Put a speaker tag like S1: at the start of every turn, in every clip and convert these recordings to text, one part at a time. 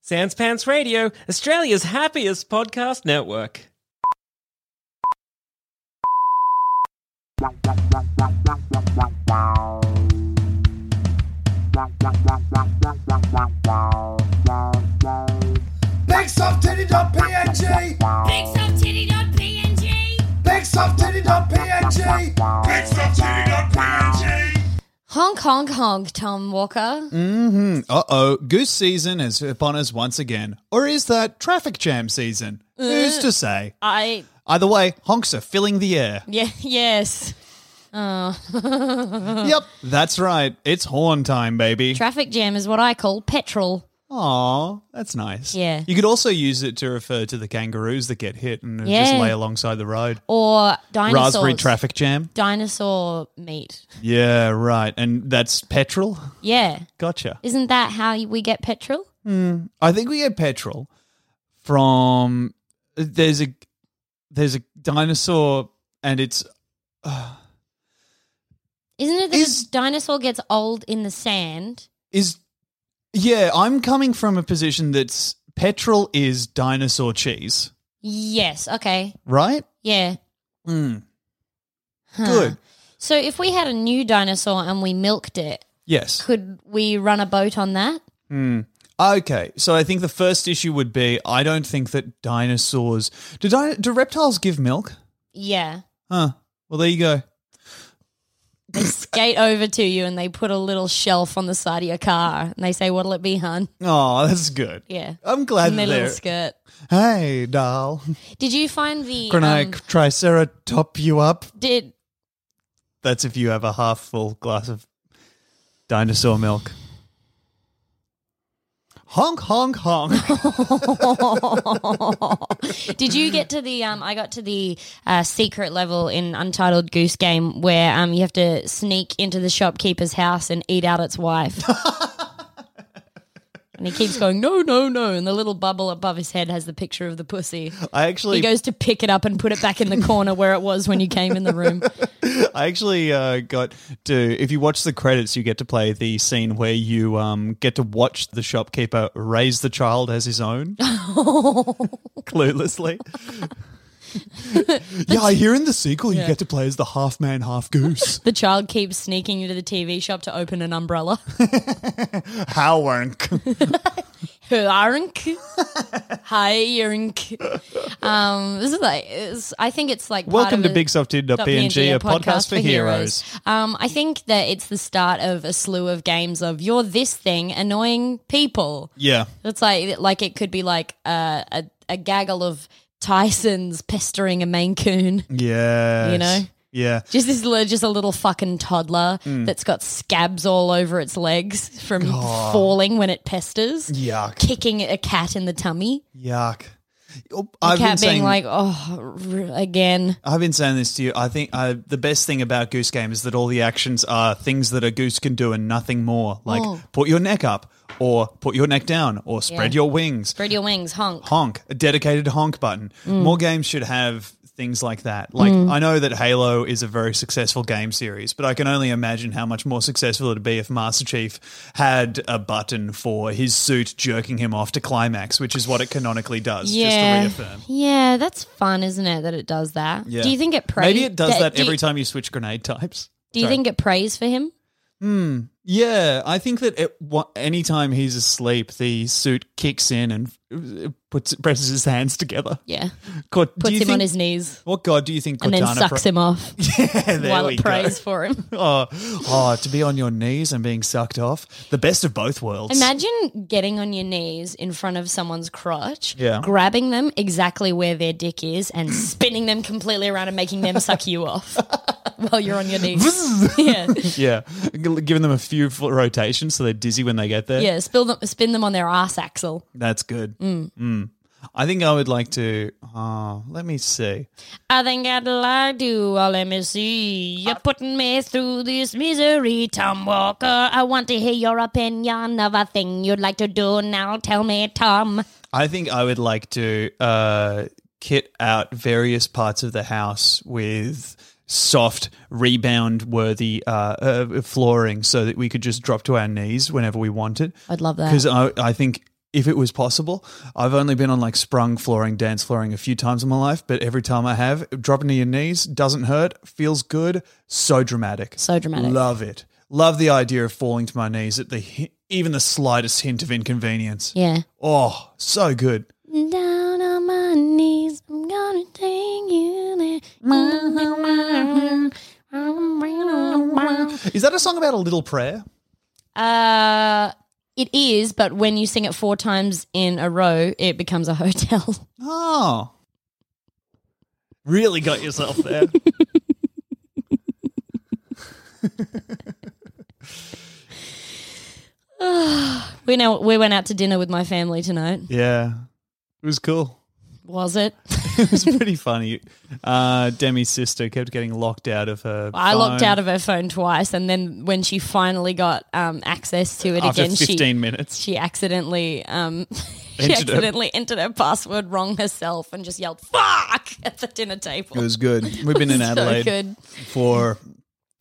S1: Sans Pants Radio, Australia's happiest podcast network.
S2: BigSoftTitty.png
S3: BigSoftTitty.png.
S2: BigSoftTitty.png BigSoftTitty.png
S3: Honk, honk, honk, Tom Walker.
S4: Uh oh, goose season is upon us once again. Or is that traffic jam season?
S3: Eh.
S4: Who's to say?
S3: I,
S4: Either way, honks are filling the air.
S3: yeah, yes.
S4: Yep, that's right. It's horn time, baby.
S3: Traffic jam is what I call petrol.
S4: Aw, that's nice.
S3: Yeah.
S4: You could also use it to refer to the kangaroos that get hit and
S3: Yeah.
S4: just lay alongside the road.
S3: Or dinosaurs.
S4: Raspberry traffic jam.
S3: Dinosaur meat.
S4: Yeah, right. And that's petrol.
S3: Yeah.
S4: Gotcha. Hmm,
S3: Isn't that how we get petrol?
S4: I think we get petrol from there's a there's a dinosaur and it's
S3: Isn't it that
S4: Is-
S3: the dinosaur gets old in the sand?
S4: is yeah, I'm coming from a position that's petrol is dinosaur cheese,
S3: Yes. Okay.
S4: right?
S3: Yeah.
S4: Mm. Good.
S3: So if we had a new dinosaur and we milked it,
S4: Yes.
S3: could we run a boat on that?
S4: Okay. So I think the first issue would be I don't think that dinosaurs do di- do reptiles give milk?
S3: Yeah.
S4: Huh. Well, there you go.
S3: They skate over to you and they put a little shelf on the side of your car and they say, What'll it be, hun?
S4: Oh, that's good.
S3: Yeah.
S4: I'm glad
S3: And their little
S4: they're
S3: skirt.
S4: Hey, doll.
S3: Did you find the.
S4: Can I
S3: um,
S4: triceratop you up?
S3: did
S4: That's if you have a half full glass of dinosaur milk. Honk, honk, honk.
S3: did you get to the um I got to the uh, secret level in Untitled Goose Game where um you have to sneak into the shopkeeper's house and eat out its wife. and he keeps going no no no and the little bubble above his head has the picture of the pussy.
S4: I
S3: He
S4: actually,
S3: goes to pick it up and put it back in the corner where it was when you came in the room.
S4: I actually uh, got to. If you watch the credits, you get to play the scene where you um, get to watch the shopkeeper raise the child as his own, cluelessly. yeah, I hear in the sequel you get to play as the half man, half goose.
S3: The child keeps sneaking into the TV shop to open an umbrella.
S4: Howank.
S3: Hyrink. Hi, Hyrink. Um, this is like, it's, I think it's like. part
S4: Welcome
S3: of
S4: to
S3: a-
S4: BigSoftTid.png, a podcast for heroes.
S3: Um, I think that it's the start of a slew of games of you're this thing annoying people.
S4: Yeah.
S3: It's like like it could be like a, a, a gaggle of Tysons pestering a Maine Coon.
S4: Yeah.
S3: You know?
S4: Yeah.
S3: Just this li- just a little fucking toddler
S4: Mm.
S3: that's got scabs all over its legs from falling when it pesters.
S4: Yuck.
S3: Kicking a cat in the tummy.
S4: Yuck. Oh,
S3: The
S4: I've
S3: cat
S4: been
S3: being
S4: saying
S3: like, oh, r- again.
S4: I've been saying this to you. I think uh, the best thing about Goose Game is that all the actions are things that a goose can do and nothing more. Like
S3: Oh.
S4: put your neck up, or put your neck down, or spread
S3: Yeah.
S4: your wings.
S3: Spread your wings, honk.
S4: honk, a dedicated honk button.
S3: Mm.
S4: More games should have things like that. Like I know that Halo is a very successful game series, but I can only imagine how much more successful it'd be if Master Chief had a button for his suit jerking him off to climax, which is what it canonically does,
S3: Yeah.
S4: just to reaffirm.
S3: Yeah, that's fun, isn't it, that it does that?
S4: Yeah.
S3: Do you think it prays?
S4: Maybe it does that
S3: do you-
S4: every time you switch grenade types.
S3: Do you
S4: Sorry.
S3: think it prays for him?
S4: Yeah, I think that it, wa- anytime he's asleep, the suit kicks in and uh, puts presses his hands together.
S3: Yeah.
S4: God, do
S3: Puts
S4: you
S3: him on
S4: think-
S3: his knees
S4: What god do you think?
S3: and then
S4: Cortana
S3: sucks
S4: pra-
S3: him off
S4: Yeah, there
S3: while
S4: we
S3: it
S4: go.
S3: prays for him.
S4: Oh, oh, to be on your knees and being sucked off. The best of both worlds.
S3: Imagine getting on your knees in front of someone's crotch,
S4: Yeah.
S3: grabbing them exactly where their dick is, and spinning them completely around and making them suck you off while you're on your knees. yeah,
S4: yeah. G- Giving them a few fl- rotations so they're dizzy when they get there.
S3: yeah. Spill them, spin them on their ass axle.
S4: That's good. Mm. I think I would like to. Oh, let me see.
S3: I think I'd like to. Oh, let me see. You're putting me through this misery, Tom Walker. I want to hear your opinion of a thing you'd like to do now. Tell me, Tom.
S4: I think I would like to uh, kit out various parts of the house with soft, rebound worthy uh, uh, flooring so that we could just drop to our knees whenever we wanted.
S3: I'd love that.
S4: Because I, I think if it was possible. I've only been on like sprung flooring, dance flooring a few times in my life, but every time I have, dropping to your knees doesn't hurt, feels good, so dramatic.
S3: So dramatic.
S4: Love it. Love the idea of falling to my knees at the hi- even the slightest hint of inconvenience.
S3: Yeah.
S4: Oh, so good.
S3: Down on my knees, I'm gonna take you there. Mm-hmm.
S4: Is that a song about a little prayer?
S3: Uh, it is, but when you sing it four times in a row, it becomes a hotel.
S4: Oh. Really got yourself there.
S3: We know we went out to dinner with my family tonight.
S4: yeah. It was cool.
S3: Was it?
S4: It was pretty funny. Uh, Demi's sister kept getting locked out of her.
S3: I locked
S4: phone
S3: out of her phone twice, and then when she finally got um, access to it
S4: after
S3: again, she
S4: fifteen minutes.
S3: she accidentally um, she
S4: Entered her-
S3: accidentally entered her password wrong herself and just yelled "fuck" at the dinner table.
S4: It was good. We've been in
S3: So
S4: Adelaide
S3: good.
S4: for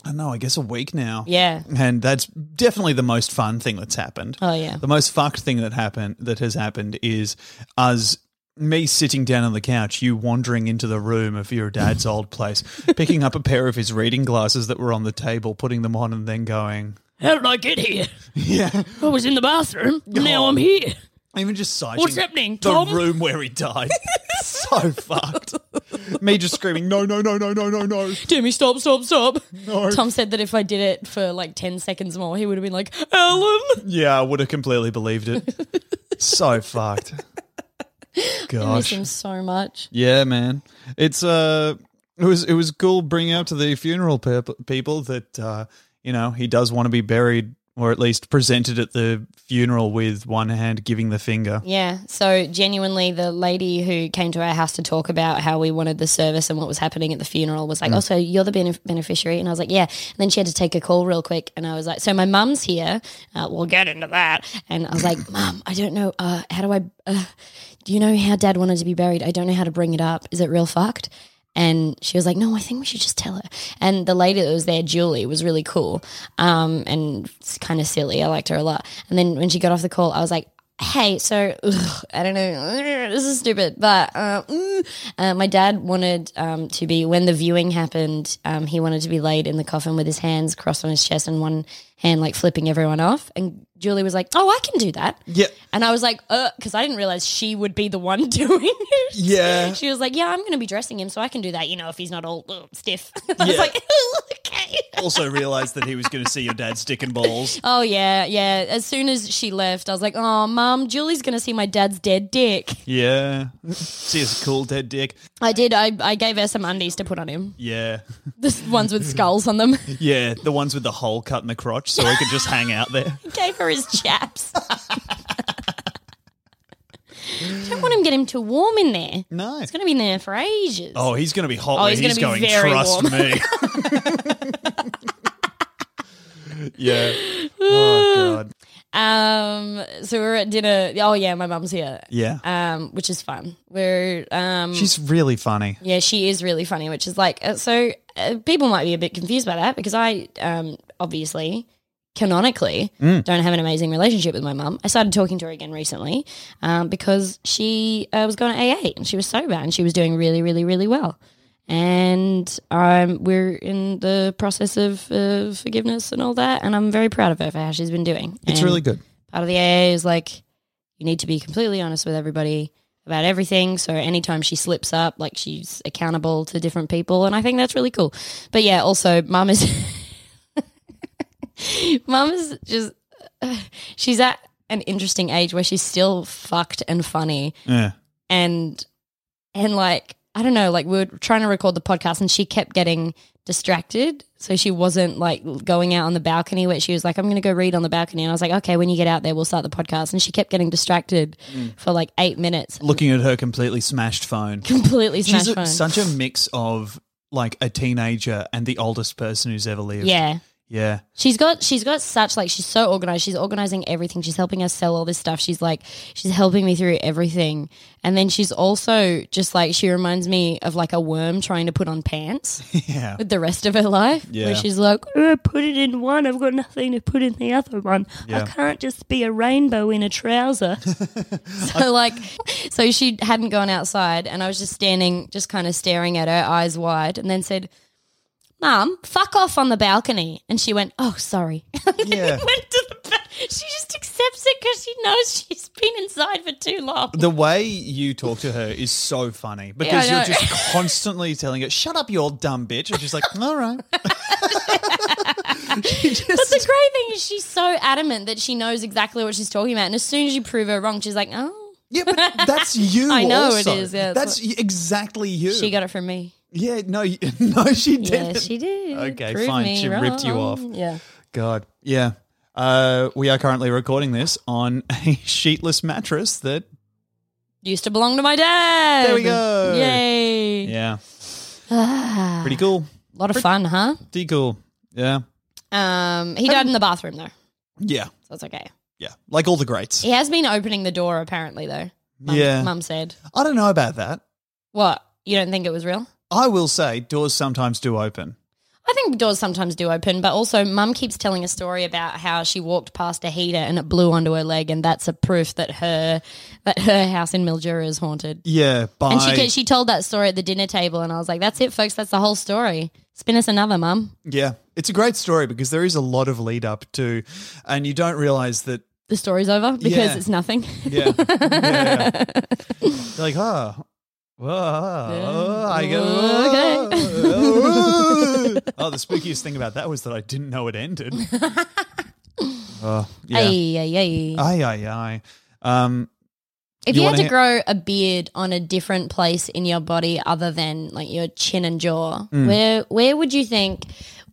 S4: I don't know, I guess a week now.
S3: Yeah.
S4: and that's definitely the most fun thing that's happened.
S3: Oh yeah.
S4: The most fucked thing that happened that has happened is us me sitting down on the couch, you wandering into the room of your dad's old place, picking up a pair of his reading glasses that were on the table, putting them on, and then going,
S3: How did I get here?
S4: "Yeah."
S3: I was in the bathroom. Now I'm here.
S4: Even just citing
S3: What's happening,
S4: the
S3: Tom?
S4: room where he died. so fucked. Me just screaming, "No, no, no, no, no, no, no!"
S3: Jimmy, stop, stop, stop.
S4: No.
S3: Tom said that if I did it for like 10 seconds more, he would have been like, Alan.
S4: Yeah, I would have completely believed it. so fucked.
S3: I miss
S4: Gosh.
S3: him so much.
S4: Yeah, man. It's uh, it was it was cool bringing out to the funeral peop people that uh, you know he does want to be buried or at least presented at the funeral with one hand giving the finger.
S3: Yeah. So, genuinely, the lady who came to our house to talk about how we wanted the service and what was happening at the funeral was like, Oh, so you're the benef- beneficiary? And I was like, Yeah. And then she had to take a call real quick. And I was like, So, my mum's here. Uh, we'll get into that. And I was like, Mum, I don't know. Uh, how do I. Uh, do you know how dad wanted to be buried? I don't know how to bring it up. Is it real fucked? And she was like, no, I think we should just tell her. And the lady that was there, Julie, was really cool um, and kind of silly. I liked her a lot. And then when she got off the call, I was like, hey, so ugh, I don't know, this is stupid, but uh, mm. uh, my dad wanted um, to be, when the viewing happened, um, he wanted to be laid in the coffin with his hands crossed on his chest and one hand like flipping everyone off. And Julie was like, oh, I can do that.
S4: Yeah,
S3: And I was like, uh, because I didn't realize she would be the one doing it.
S4: yeah.
S3: She was like, yeah, I'm going to be dressing him so I can do that, you know, if he's not all uh, stiff. I was
S4: Yeah.
S3: like, okay.
S4: also realized that he was going to see your dad stick and balls.
S3: Oh, yeah, yeah. As soon as she left, I was like, oh, mum, Julie's going to see my dad's dead dick.
S4: Yeah, see his cool dead dick.
S3: I did. I, I gave her some undies to put on him.
S4: Yeah.
S3: The ones with skulls on them.
S4: Yeah, the ones with the hole cut in the crotch, so I could just hang out there.
S3: gave her his chaps. Don't want him to get him too warm in there.
S4: No.
S3: It's going to be in there for ages.
S4: oh, he's going to be hot.
S3: Oh,
S4: when
S3: he's
S4: he's,
S3: gonna
S4: going.
S3: be very
S4: Trust
S3: warm."
S4: me. yeah. Oh god.
S3: Um, so we're at dinner. Oh, yeah, my mum's here.
S4: Yeah.
S3: um, which is fun. We're um,
S4: She's really funny.
S3: yeah, she is really funny, which is like uh, so. Uh, people might be a bit confused by that because I um, obviously canonically
S4: Mm.
S3: don't have an amazing relationship with my mum. I started talking to her again recently um, because she uh, was going to AA and she was sober and she was doing really, really, really well. And um, we're in the process of uh, forgiveness and all that, and I'm very proud of her for how she's been doing.
S4: It's
S3: And-
S4: really good.
S3: part of the AA is like you need to be completely honest with everybody about everything. So anytime she slips up, like she's accountable to different people, and I think that's really cool. But yeah, also mum is mum is just she's at an interesting age where she's still fucked and funny
S4: Yeah.
S3: and and like I don't know, like we were trying to record the podcast and she kept getting distracted. So she wasn't like going out on the balcony where she was like, I'm gonna go read on the balcony and I was like, Okay, when you get out there we'll start the podcast and she kept getting distracted
S4: Mm.
S3: for like eight minutes.
S4: Looking at her completely smashed phone.
S3: Completely
S4: She's
S3: smashed
S4: a,
S3: phone.
S4: such a mix of like a teenager and the oldest person who's ever lived.
S3: yeah.
S4: Yeah.
S3: She's got she's got such like she's so organized. She's organizing everything. She's helping us sell all this stuff. She's like she's helping me through everything. And then she's also just like she reminds me of like a worm trying to put on pants
S4: Yeah.
S3: with the rest of her life.
S4: Yeah.
S3: Where she's like, "Uh, put it in one, I've got nothing to put in the other one.
S4: Yeah.
S3: I can't just be a rainbow in a trouser. so like so she hadn't gone outside and I was just standing, just kind of staring at her, eyes wide, and then said, Mum, fuck off on the balcony. And she went, Oh, sorry. and then
S4: Yeah.
S3: went to the ba- she just accepts it because she knows she's been inside for too long.
S4: The way you talk to her is so funny because
S3: I
S4: you're
S3: know.
S4: just constantly telling her, "Shut up, you old dumb bitch," and she's like, "All right."
S3: But the great thing is she's so adamant that she knows exactly what she's talking about. And as soon as you prove her wrong, she's like, Oh,
S4: Yeah, but that's you.
S3: I know it
S4: also.
S3: is, yeah, that's
S4: that's y- exactly you.
S3: she got it from me.
S4: yeah, no, you- no, she
S3: Yeah,
S4: didn't.
S3: she did.
S4: Okay,
S3: Prove
S4: fine.
S3: me
S4: She ripped you off.
S3: wrong. Yeah.
S4: God, yeah. Uh, we are currently recording this on a sheetless mattress. That
S3: Used to belong to my dad.
S4: There we go.
S3: Yay.
S4: yeah,
S3: Ah,
S4: pretty cool.
S3: lot of fun, huh?
S4: Pretty cool. Yeah,
S3: Um, he died in the bathroom, though.
S4: yeah,
S3: So it's okay.
S4: yeah. Like all the greats.
S3: He has been opening the door, apparently, though. Mum,
S4: Yeah.
S3: Mum said.
S4: I don't know about that.
S3: What? You don't think it was real?
S4: I will say doors sometimes do open.
S3: I think doors sometimes do open, but also mum keeps telling a story about how she walked past a heater and it blew onto her leg, and that's a proof that her that her house in Mildura is haunted.
S4: Yeah, by
S3: And she she she told that story at the dinner table, and I was like, "That's it, folks. That's the whole story. Spin us another, mum.
S4: yeah, it's a great story because there is a lot of lead up to, and you don't realize that.
S3: The story's over because
S4: Yeah.
S3: it's nothing."
S4: Yeah, yeah, yeah. You're like oh. Whoa, oh, I go,
S3: Okay.
S4: okay. oh, the spookiest thing about that was that I didn't know it ended. oh, yeah.
S3: Ay, ay, ay.
S4: Aye, aye, aye. Um,
S3: If
S4: You
S3: you, had
S4: wanna
S3: to
S4: hit-
S3: grow a beard on a different place in your body other than like your chin and jaw,
S4: Mm.
S3: where where would you think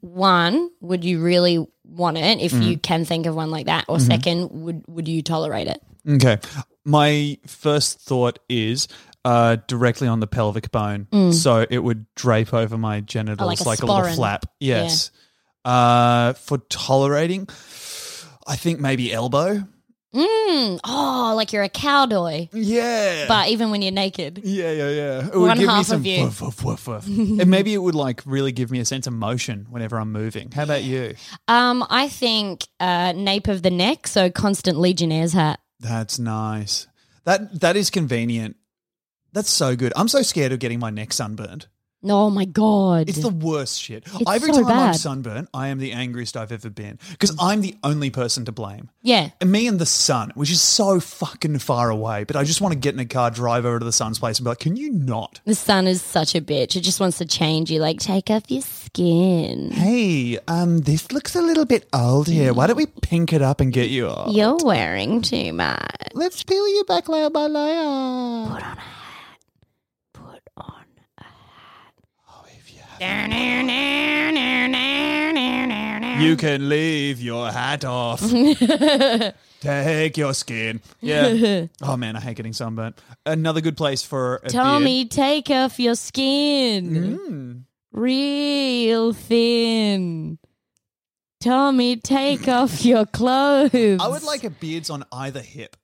S3: one would you really want it if
S4: Mm.
S3: you can think of one like that, or
S4: Mm-hmm.
S3: second would would you tolerate it?
S4: okay. My first thought is uh, directly on the pelvic bone. So it would drape over my genitals
S3: Mm. Oh, like
S4: like,
S3: a
S4: a, little
S3: sporran.
S4: flap. Yes. Uh, for tolerating, I think maybe elbow.
S3: Mm, oh, like you're a cowdoy,
S4: Yeah.
S3: but even when you're naked,
S4: yeah, yeah, yeah. It
S3: One half of you.
S4: woof, woof, woof, woof. and maybe it would like really give me a sense of motion whenever I'm moving. How about you?
S3: um, I think uh, nape of the neck, so constant Legionnaire's hat.
S4: That's nice. That that is convenient. That's so good. I'm so scared of getting my neck sunburned.
S3: Oh my god,
S4: It's the worst shit.
S3: It's
S4: Every
S3: so
S4: time I'm
S3: bad.
S4: sunburned, I am the angriest I've ever been because I'm the only person to blame.
S3: yeah.
S4: And me and the sun, which is so fucking far away, but I just want to get in a car, drive over to the sun's place, and be like, "Can you not?
S3: The sun is such a bitch. It just wants to change you. Like, take off your skin.
S4: Hey, um, this looks a little bit old here. Why don't we pink it up and get you off?
S3: You're wearing too much.
S4: Let's peel you back layer by layer."
S3: Put on.
S4: You can leave your hat off. Take your skin. Yeah. Oh man, I hate getting sunburnt. Another good place for a
S3: Tommy, take off your skin.
S4: beard. Mm.
S3: Real thin. Tommy, take off your clothes.
S4: I would like a beards on either hip.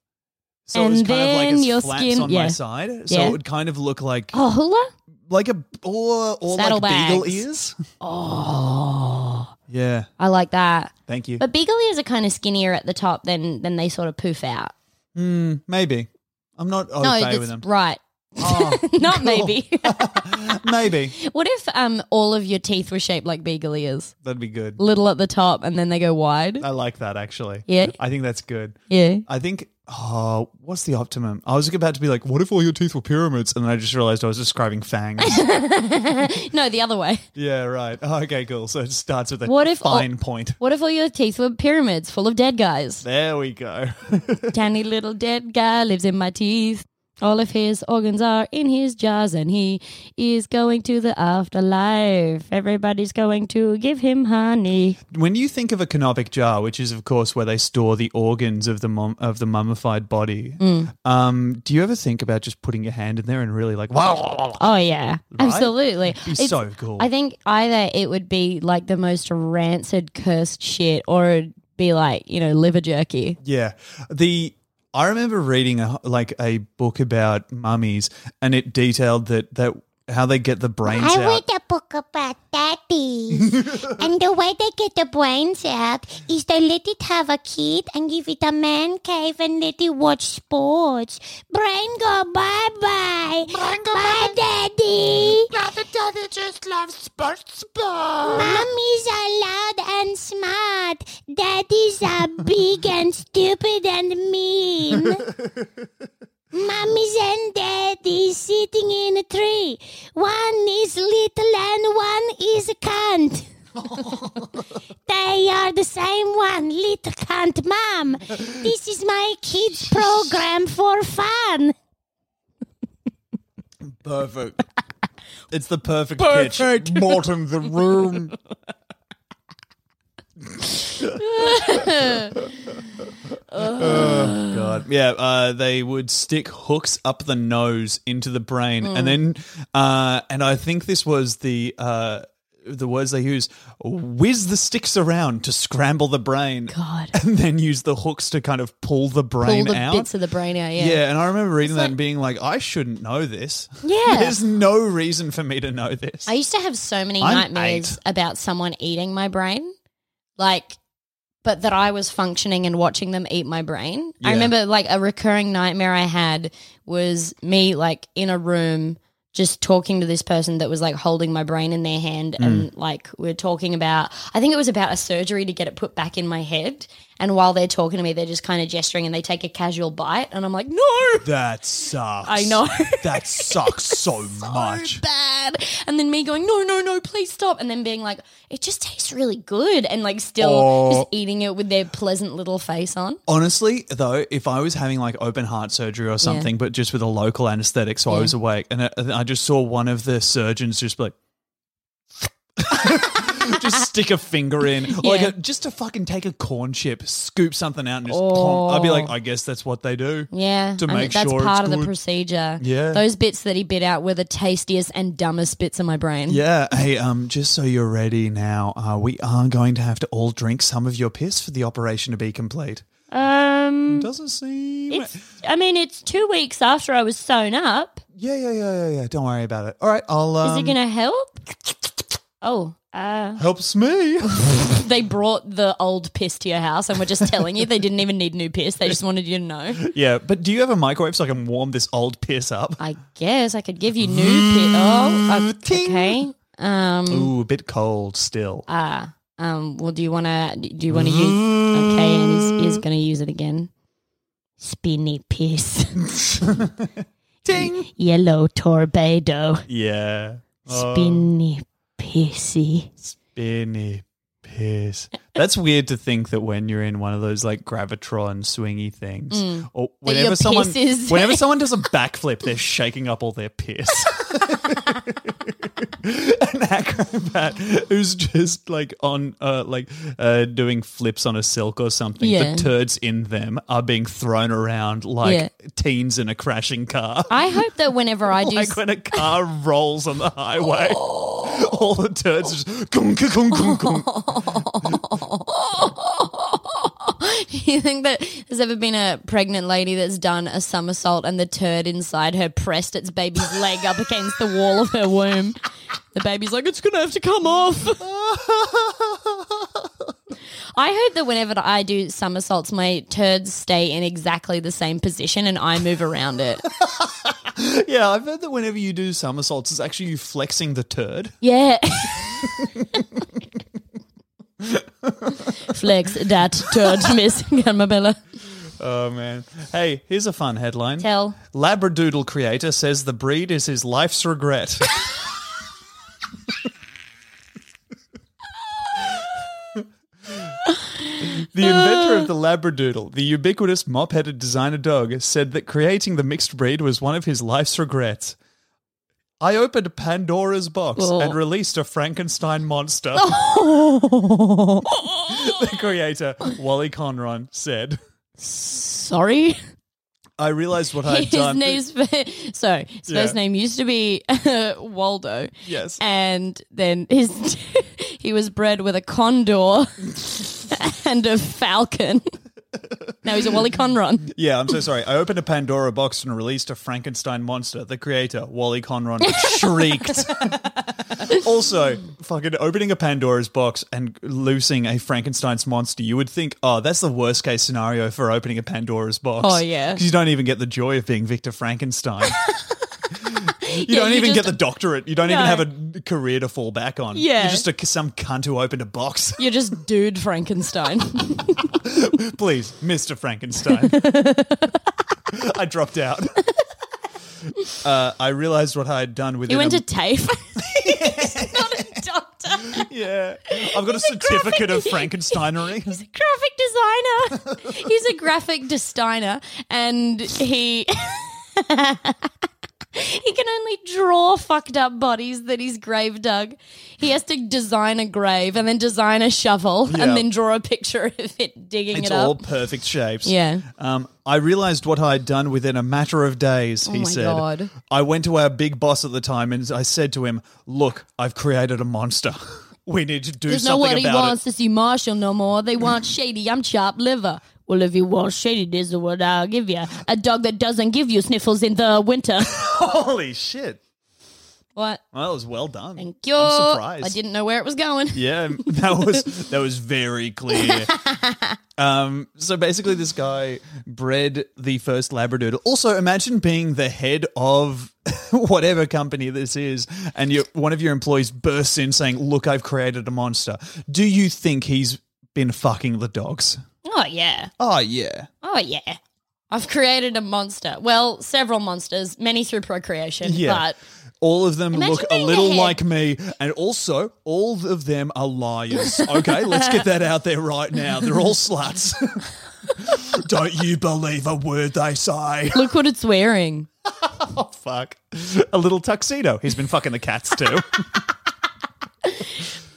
S4: So
S3: And
S4: it was kind of like
S3: then
S4: as
S3: your
S4: flaps
S3: skin-
S4: on my
S3: yeah.
S4: side. So
S3: Yeah.
S4: it would kind of look like
S3: Oh, hula?
S4: like a or or like
S3: Saddlebags.
S4: beagle ears.
S3: Oh.
S4: Yeah.
S3: I like that.
S4: Thank you.
S3: But beagle ears are kind of skinnier at the top than, than they sort of poof out.
S4: Mm, maybe. I'm not
S3: no,
S4: okay
S3: that's
S4: with them.
S3: right.
S4: Oh,
S3: Not
S4: cool.
S3: maybe.
S4: maybe.
S3: what if um all of your teeth were shaped like beagle ears?
S4: That'd be good.
S3: Little at the top and then they go wide?
S4: I like that actually.
S3: Yeah.
S4: I think that's good.
S3: Yeah.
S4: I think, oh, what's the optimum? I was about to be like, what if all your teeth were pyramids? And then I just realized I was describing fangs.
S3: no, the other way.
S4: yeah, right. Oh, okay, cool. So it starts with a
S3: What if all-
S4: fine point.
S3: What if all your teeth were pyramids full of dead guys?
S4: There we go.
S3: Tiny little dead guy lives in my teeth. All of his organs are in his jars, and he is going to the afterlife. Everybody's going to give him honey.
S4: When you think of a canopic jar, which is of course where they store the organs of the mum of the mummified body, um, do you ever think about just putting your hand in there and really like, wow,
S3: Oh yeah, absolutely.
S4: be so cool.
S3: I think either it would be like the most rancid, cursed shit, or it'd be like you know liver jerky.
S4: Yeah. The I remember reading a, like a book about mummies and it detailed that that how they get the brains
S2: I read
S4: out.
S2: a book about daddies. and the way they get the brains out is they let it have a kid and give it a man cave and let it watch sports. Brain go bye bye. Brain go bye, daddy.
S5: Rather daddy just loves sports sports.
S2: Mummies are loud and smart. Daddies are big and stupid and mean. Mummies and daddies sitting in a tree. One is little and one is a cunt. they are the same one, little cunt mom. This is my kids' program for fun.
S4: Perfect. It's the perfect, pitch.
S5: Perfect. Morton the room.
S4: God. Yeah, uh, they would stick hooks up the nose into the brain and then uh, and I think this was the uh, the words they use whiz the sticks around to scramble the brain
S3: God,
S4: and then use the hooks to kind of pull the
S3: all
S4: brain
S3: the
S4: out.
S3: bits of the brain out.
S4: Yeah. and I remember reading that
S3: like-
S4: and being like, I shouldn't know this.
S3: Yeah.
S4: There's no reason for me to know this.
S3: I used to have so many
S4: I'm
S3: nightmares about someone eating my brain, like, but that I was functioning and watching them eat my brain. I
S4: Yeah.
S3: remember like a recurring nightmare I had was me like in a room just talking to this person that was like holding my brain in their hand
S4: Hmm.
S3: and like we are talking about I think it was about a surgery to get it put back in my head and while they're talking to me they're just kind of gesturing and they take a casual bite and I'm like no
S4: that sucks.
S3: I know.
S4: that sucks so, much.
S3: bad. And then me going, no, no, no, please stop. And then being like, it just tastes really good. And like still
S4: Oh.
S3: just eating it with their pleasant little face on.
S4: Honestly, though, if I was having like open heart surgery or something, but just with a local anesthetic, so I was awake, and I, and I just saw one of the surgeons just be like, just stick a finger in, or like
S3: Yeah.
S4: a, just to fucking take a corn chip, scoop something out, and just. clomp. I'd be like,
S3: Oh.
S4: I guess that's what they do.
S3: Yeah.
S4: To
S3: I mean,
S4: make
S3: that's
S4: sure
S3: part
S4: it's
S3: of the
S4: good.
S3: procedure.
S4: Yeah.
S3: Those bits that he bit out were the tastiest and dumbest bits of my brain.
S4: Yeah. Hey, um, just so you're ready now, uh, we are going to have to all drink some of your piss for the operation to be complete.
S3: Um,
S4: Doesn't seem.
S3: it's, I mean, it's two weeks after I was sewn up.
S4: yeah, yeah, yeah, yeah, yeah. Don't worry about it. All right, I'll.
S3: Is
S4: Um,
S3: it going to help? Oh, uh,
S4: helps me.
S3: they brought the old piss to your house and were just telling you they didn't even need new piss. They just wanted you to know.
S4: yeah, but do you have a microwave so I can warm this old piss up?
S3: I guess I could give you new pit. Oh, o-
S4: ting.
S3: okay. Um.
S4: Ooh, a bit cold still.
S3: Ah. um. Well, do you want to? Do you want to use? Okay, and he's, he's going to use it again. Spinny piss.
S4: Ding.
S3: Yellow torpedo.
S4: Yeah. Oh.
S3: Spinny pissy.
S4: Spinny piss. That's weird to think that when you're in one of those like gravitron swingy things, or whenever
S3: Mm. your
S4: someone
S3: piss is-
S4: whenever someone does a backflip, they're shaking up all their piss. An acrobat who's just like on uh, like uh, doing flips on a silk or something.
S3: Yeah.
S4: The turds in them are being thrown around like
S3: Yeah.
S4: teens in a crashing car.
S3: I hope that whenever I do,
S4: Like when a car rolls on the highway, all the turds are just gung, gung, gung, gung, gung.
S3: do you think that there's ever been a pregnant lady that's done a somersault and the turd inside her pressed its baby's leg up against the wall of her womb? The baby's like, it's gonna have to come off. I hope that whenever I do somersaults, my turds stay in exactly the same position and I move around it.
S4: Yeah, I've heard that whenever you do somersaults, it's actually you flexing the turd.
S3: Yeah. Flex that turd, Miss Gamabella.
S4: Oh man! Hey, here's a fun headline.
S3: Tell.
S4: Labradoodle creator says the breed is his life's regret. The inventor of the Labradoodle, the ubiquitous mop headed designer dog, said that creating the mixed breed was one of his life's regrets. I opened Pandora's box
S3: Oh.
S4: and released a Frankenstein monster, the creator, Wally Conron, said.
S3: Sorry.
S4: I realized what I had
S3: His
S4: done.
S3: name's sorry. His
S4: Yeah.
S3: first name used to be Waldo.
S4: Yes.
S3: And then his he was bred with a condor and a falcon. now he's a Wally Conron.
S4: Yeah, I'm so sorry. I opened a Pandora box and released a Frankenstein monster. The creator, Wally Conron, shrieked. also, fucking opening a Pandora's box and loosing a Frankenstein's monster, you would think, oh, that's the worst case scenario for opening a Pandora's box.
S3: Oh, yeah.
S4: 'Cause you don't even get the joy of being Victor Frankenstein. You don't
S3: you
S4: even
S3: just-
S4: get the doctorate. You don't even
S3: No.
S4: have a career to fall back on.
S3: Yeah.
S4: You're just a, some cunt who opened a box.
S3: You're just dude Frankenstein.
S4: Please, Mr. Frankenstein. I dropped out. Uh, I realized what I had done with
S3: you went to TAFE. he's not a doctor.
S4: yeah. I've got a certificate of Frankensteinery.
S3: He's a graphic designer. He's a graphic designer, and he he can only draw fucked up bodies that he's grave dug. He has to design a grave and then design a shovel
S4: Yeah.
S3: and then draw a picture of it digging
S4: It's
S3: it
S4: all
S3: up.
S4: perfect shapes.
S3: Yeah.
S4: Um, I realized what I had done within a matter of days, he
S3: Oh my
S4: said.
S3: God.
S4: I went to our big boss at the time and I said to him, Look, I've created a monster. We need to do
S3: There's
S4: something
S3: nobody
S4: about it.
S3: wants to see Marshall no more. They want shady. I'm chopped liver. Well, if you want shady, this is what I'll give you. A dog that doesn't give you sniffles in the winter.
S4: Holy shit.
S3: what?
S4: Well, that was well done.
S3: Thank you.
S4: I'm surprised.
S3: I didn't know where it was going.
S4: Yeah, that was that was very clear. um, so basically, this guy bred the first Labradoodle. Also, imagine being the head of whatever company this is, and you, one of your employees bursts in saying, "Look, I've created a monster." Do you think he's been fucking the dogs?
S3: Oh yeah.
S4: Oh yeah,
S3: Oh yeah. I've created a monster. Well, several monsters, many through procreation.
S4: yeah.
S3: But
S4: all of them
S3: Imagine
S4: look a
S3: being the
S4: little
S3: head.
S4: like me, and also all of them are liars. Okay, let's get that out there right now. They're all sluts. Don't you believe a word they say?
S3: look what it's wearing.
S4: Oh, fuck. A little tuxedo. He's been fucking the cats too.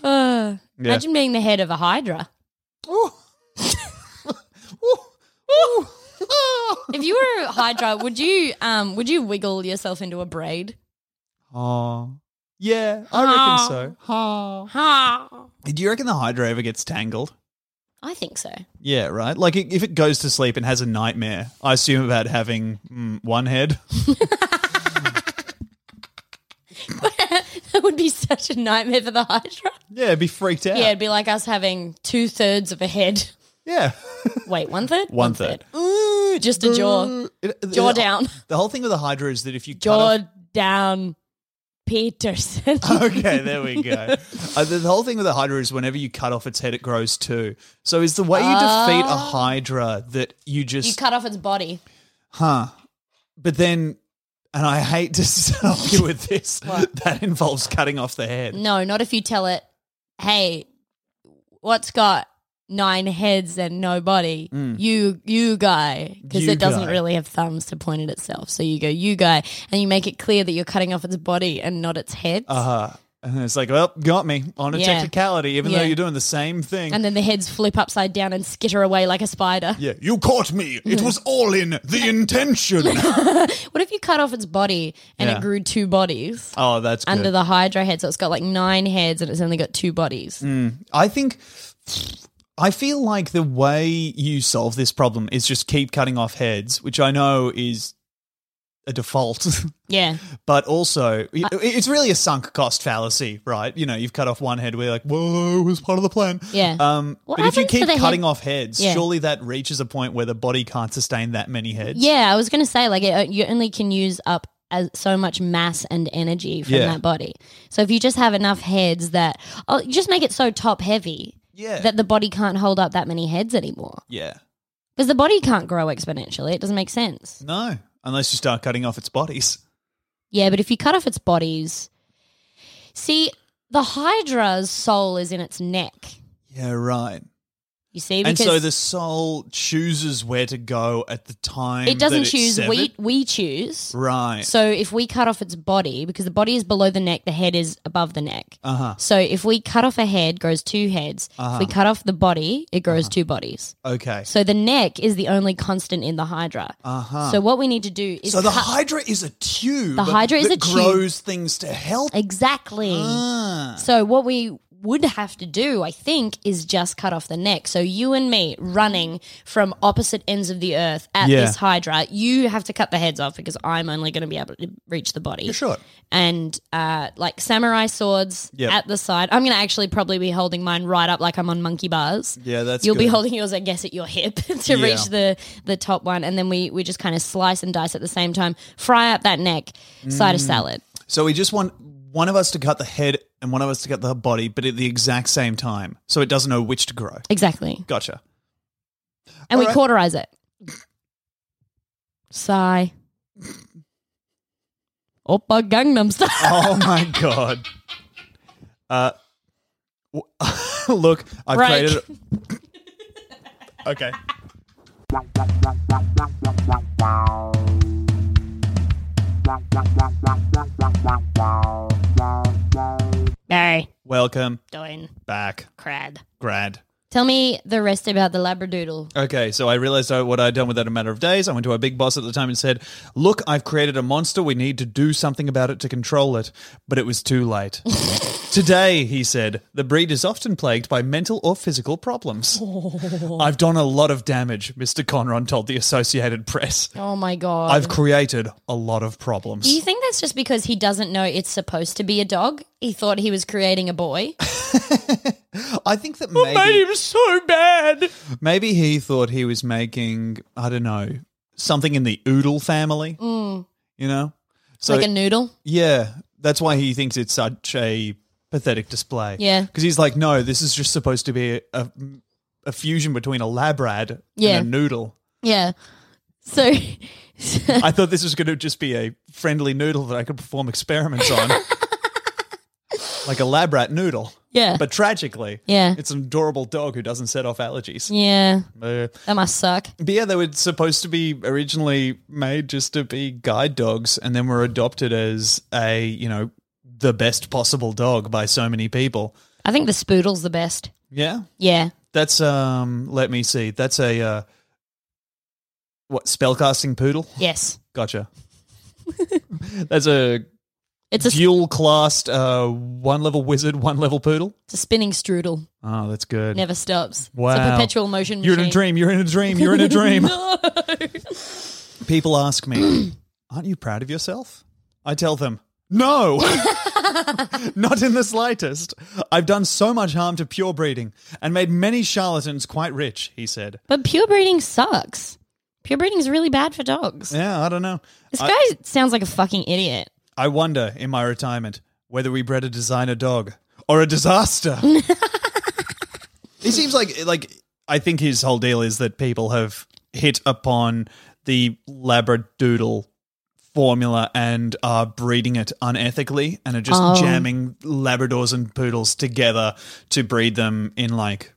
S4: Yeah.
S3: Uh, Imagine being the head of a hydra. If you were a hydra, would you um would you wiggle yourself into a braid?
S4: Oh. Yeah, I reckon so.
S3: Ha.
S4: Do you reckon the Hydra ever gets tangled?
S3: I think so.
S4: Yeah, right. Like i- if it goes to sleep and has a nightmare, I assume about having mm, one head.
S3: That would be such a nightmare for the hydra.
S4: Yeah, it'd be freaked out.
S3: Yeah, it'd be like us having two thirds of a head.
S4: yeah.
S3: Wait, one third?
S4: One third. Mm,
S3: Ooh, just a jaw.
S4: It- the-
S3: Jaw down.
S4: The whole thing with the Hydra is that if you
S3: Jaw
S4: cut
S3: down Peterson.
S4: off- okay, there we go. Uh, the, the whole thing with the Hydra is whenever you cut off its head, it grows too. So is the way you defeat a Hydra that you just
S3: Ah. you cut off its body.
S4: but then, and I hate to stop you with this, that involves cutting off the head.
S3: No, not if you tell it, hey, what's got nine heads and no body? You, you guy, because
S4: Mm. You
S3: it doesn't
S4: guy.
S3: really have thumbs to point at itself. So you go, you guy, and you make it clear that you're cutting off its body and not its head.
S4: Uh, and it's like, well, got me on a
S3: Yeah.
S4: technicality, even though
S3: Yeah.
S4: you're doing the same thing.
S3: and then the heads flip upside down and skitter away like a spider.
S4: yeah, you caught me. It was all in the intention.
S3: What if you cut off its body and
S4: Yeah.
S3: it grew two bodies?
S4: oh, that's good.
S3: Under the Hydra head, so it's got like nine heads and it's only got two bodies.
S4: Mm. I think. I feel like the way you solve this problem is just keep cutting off heads, which I know is a default
S3: Yeah.
S4: but also it-
S3: Uh,
S4: it's really a sunk cost fallacy, right? You know, you've cut off one head, we're like, whoa, it was part of the plan.
S3: Yeah.
S4: Um,
S3: What
S4: but if you
S3: happens to
S4: keep
S3: the head-
S4: cutting off heads,
S3: Yeah.
S4: surely that reaches a point where the body can't sustain that many heads.
S3: Yeah, I was going to say like it, uh, you only can use up as, so much mass and energy from
S4: Yeah.
S3: that body. So if you just have enough heads that oh, you just make it so top heavy
S4: Yeah.
S3: that the body can't hold up that many heads anymore.
S4: yeah.
S3: Because the body can't grow exponentially. It doesn't make sense.
S4: No, unless you start cutting off its bodies.
S3: Yeah, but if you cut off its bodies, see the hydra's soul is in its neck.
S4: Yeah, right.
S3: You see,
S4: And
S3: because
S4: so the soul chooses where to go at the time.
S3: it doesn't
S4: that it's
S3: choose. We
S4: severed.
S3: we choose.
S4: Right.
S3: So if we cut off its body, because the body is below the neck, the head is above the neck. Uh-huh. So if we cut off a head, grows two heads.
S4: Uh-huh.
S3: If we cut off the body, it grows two bodies.
S4: okay.
S3: So the neck is the only constant in the Hydra. Uh-huh. So what we need to do is
S4: So the
S3: cut-
S4: Hydra is a tube.
S3: The Hydra is
S4: that
S3: a tube.
S4: grows things to help.
S3: exactly.
S4: Ah.
S3: So what we would have to do, I think, is just cut off the neck. So you and me running from opposite ends of the earth at
S4: Yeah.
S3: this Hydra, you have to cut the heads off because I'm only going to be able to reach the body.
S4: Sure.
S3: and uh, like samurai swords
S4: Yep.
S3: at the side. I'm gonna actually probably be holding mine right up like I'm on monkey bars.
S4: Yeah, that's
S3: You'll be
S4: good.
S3: holding yours, I guess, at your hip to
S4: Yeah.
S3: reach the the top one, and then we we just kind of slice and dice at the same time. Fry up that neck, side
S4: Mm.
S3: of salad.
S4: So we just want one of us to cut the head and one of us to cut the body, but at the exact same time, so it doesn't know which to grow.
S3: Exactly,
S4: Gotcha.
S3: and we
S4: Alright.
S3: cauterize it. Sigh. Oppa Gangnam Style.
S4: Oh my god. Uh, w- look, I
S3: Break.
S4: created. Okay.
S3: Barry,
S4: Welcome
S3: Doin,
S4: back,
S3: Crad.
S4: grad.
S3: Tell me the rest about the Labradoodle.
S4: Okay, so I realized I, what I'd done within a matter of days. I went to our big boss at the time and said, "Look, I've created a monster. We need to do something about it to control it." But it was too late. Today, he said, the breed is often plagued by mental or physical problems. I've done a lot of damage, Mr. Conron told the Associated Press.
S3: Oh my god!
S4: I've created a lot of
S3: Do you
S4: problems.
S3: think that's just because he doesn't know it's supposed to be a dog? He thought he was creating a boy.
S4: I think that maybe
S1: so bad.
S4: maybe he thought he was making, I don't know, something in the oodle family.
S3: Mm.
S4: You know? So
S3: like a noodle.
S4: Yeah, that's why he thinks it's such a pathetic display.
S3: Yeah.
S4: because he's like, no, this is just supposed to be a, a fusion between a lab rat
S3: Yeah.
S4: and a noodle.
S3: Yeah. So
S4: I thought this was going to just be a friendly noodle that I could perform experiments on, like a lab rat noodle.
S3: yeah.
S4: But tragically,
S3: Yeah.
S4: it's an adorable dog who doesn't set off allergies.
S3: yeah.
S4: Uh,
S3: That must suck.
S4: But yeah, they were supposed to be originally made just to be guide dogs, and then were adopted as a you know the best possible dog by so many people.
S3: I think the spoodle's the best.
S4: Yeah,
S3: Yeah.
S4: that's um. Let me see. That's a uh, what spellcasting poodle?
S3: Yes.
S4: Gotcha. that's a
S3: It's a,
S4: dual classed uh, one level wizard, one level poodle.
S3: it's a spinning strudel.
S4: Oh, that's good.
S3: Never stops. It's a
S4: Wow.
S3: perpetual motion
S4: You're in a
S3: machine.
S4: dream. You're in a dream. You're in a dream.
S3: No.
S4: People ask me, aren't you proud of yourself? I tell them, no, not in the slightest. I've done so much harm to pure breeding and made many charlatans quite rich, he said.
S3: But pure breeding sucks. Pure breeding's really bad for dogs.
S4: Yeah, I don't know.
S3: This
S4: I-
S3: guy sounds like a fucking idiot.
S4: I wonder in my retirement whether we bred a designer dog or a disaster. it seems like like I think his whole deal is that people have hit upon the labradoodle formula and are breeding it unethically and are just
S3: Oh.
S4: jamming labradors and poodles together to breed them in like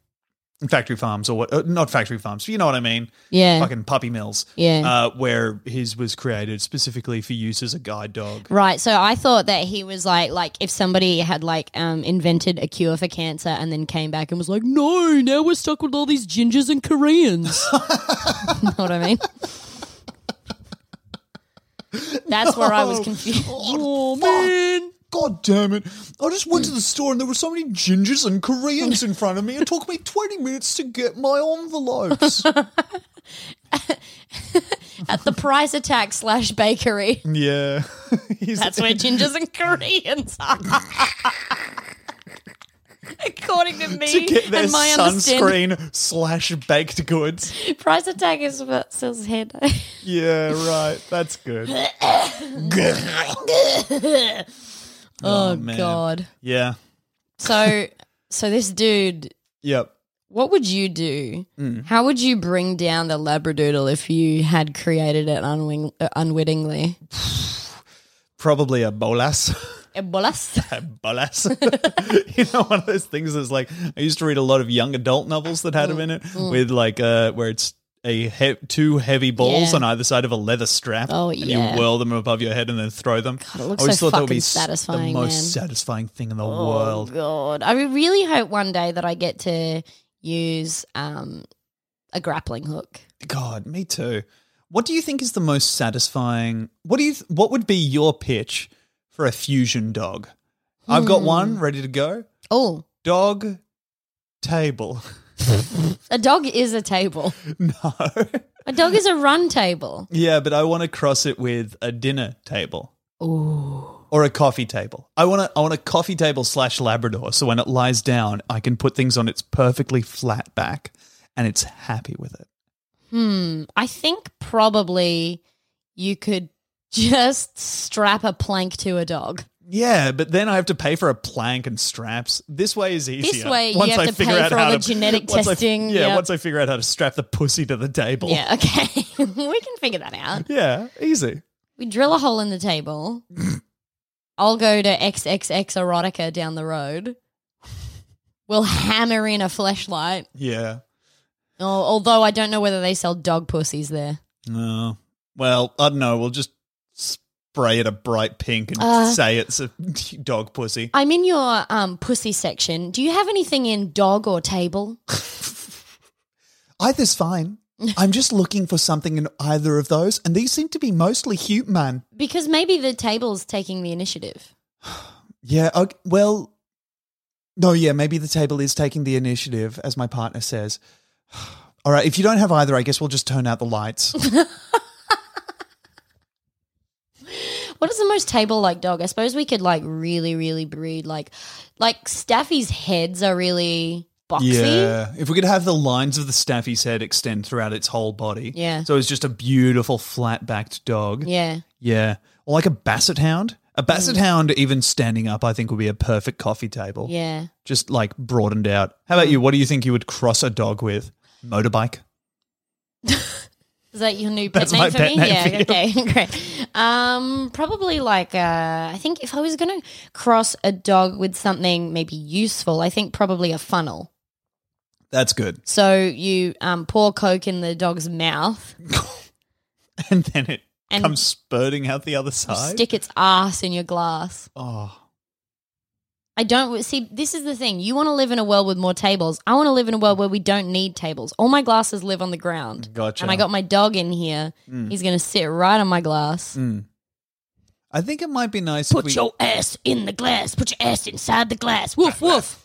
S4: factory farms or what uh, not factory farms you know what i mean
S3: Yeah.
S4: fucking puppy mills
S3: Yeah.
S4: uh, where his was created specifically for use as a guide dog
S3: Right. So I thought that he was like, like if somebody had like um, invented a cure for cancer and then came back and was like, no, now we're stuck with all these gingers and Koreans. know what I mean? That's where I was confused.
S4: Oh, man. God damn it. I just went
S3: Hmm.
S4: to the store and there were so many gingers and Koreans in front of me. It took me 20 minutes to get my envelopes.
S3: At the price attack slash bakery.
S4: yeah. He's-
S3: That's where gingers and Koreans are. According to me
S4: to get their
S3: and my understanding,
S4: sunscreen slash baked goods.
S3: price attack is what sells head.
S4: Yeah, right. That's good.
S3: oh
S4: man.
S3: God.
S4: yeah.
S3: So, so this dude,
S4: Yep.
S3: what would you do?
S4: Mm.
S3: How would you bring down the labradoodle if you had created it unwing- uh, unwittingly?
S4: Probably a bolas.
S3: Bolas.
S4: Bolas. you know, one of those things that's like I used to read a lot of young adult novels that
S3: Mm,
S4: had them in it, with like uh, where it's a he- two heavy balls
S3: Yeah.
S4: on either side of a leather strap.
S3: Oh,
S4: and
S3: yeah.
S4: you whirl them above your head and then throw them. God,
S3: it looks
S4: I always
S3: so
S4: thought that would
S3: fucking
S4: be s-
S3: satisfying,
S4: the most
S3: man. Oh.
S4: satisfying thing in the world.
S3: God, I really hope one day that I get to use um, a grappling hook.
S4: God, me too. What do you think is the most satisfying? What do you? Th- what would be your pitch for a fusion dog? I've got one
S3: Hmm.
S4: ready to go.
S3: Oh,
S4: Dog table.
S3: a dog is a table.
S4: No.
S3: A dog is a run table.
S4: yeah, but I want to cross it with a dinner table
S3: Ooh.
S4: or a coffee table. I want to. I want a coffee table slash Labrador. So when it lies down, I can put things on its perfectly flat back, and it's happy with it.
S3: Hmm. I think probably you could just strap a plank to a dog.
S4: Yeah, but then I have to pay for a plank and straps. This way is easier.
S3: way you have to pay for all the genetic
S4: once I-
S3: testing,
S4: yeah,
S3: yep.
S4: once I figure out how to strap the pussy to the table.
S3: Yeah, okay. we can figure that out.
S4: Yeah, easy.
S3: We drill a hole in the table. I'll go to XXX Erotica down the road. We'll hammer in a flashlight.
S4: Yeah.
S3: Oh, although I don't know whether they sell dog pussies there.
S4: No. Well, I don't know. We'll just spray it a bright pink and
S3: Uh,
S4: say it's a dog pussy.
S3: I'm in your um, pussy section. Do you have anything in dog or table?
S4: Either's fine. I'm just looking for something in either of those, and these seem to be mostly human.
S3: Because maybe the table's taking the initiative.
S4: Yeah. Okay, well, no. Yeah. Maybe the table is taking the initiative, as my partner says. All right. If you don't have either, I guess we'll just turn out the lights.
S3: What is the most table-like dog? I suppose we could like really, really breed like, like Staffy's heads are really boxy.
S4: yeah. If we could have the lines of the staffy's head extend throughout its whole body.
S3: Yeah.
S4: So it's just a beautiful flat-backed dog.
S3: Yeah. Mm.
S4: Yeah. Or like a basset hound. A basset hound, even standing up, I think would be a perfect coffee table.
S3: Yeah.
S4: Just like broadened out. How about you? What do you think you would cross a dog with? Motorbike.
S3: Is that your new pet
S4: That's my
S3: name for
S4: pet
S3: me?
S4: name
S3: yeah,
S4: for you.
S3: okay, great. Um, probably like uh, I think if I was gonna cross a dog with something maybe useful, I think probably a funnel.
S4: That's good.
S3: So you um, pour coke in the dog's mouth,
S4: And then it
S3: And-
S4: comes spurting out the other side.
S3: stick its ass in your glass.
S4: oh.
S3: I don't see. This is the thing. You want to live in a world with more tables. I want to live in a world where we don't need tables. All my glasses live on the ground.
S4: Gotcha.
S3: And I got my dog in here.
S4: Mm.
S3: He's gonna sit right on my glass.
S4: Hmm. I think it might be nice if
S3: Put
S4: we
S3: your ass in the glass. Put your ass inside the glass. Woof woof.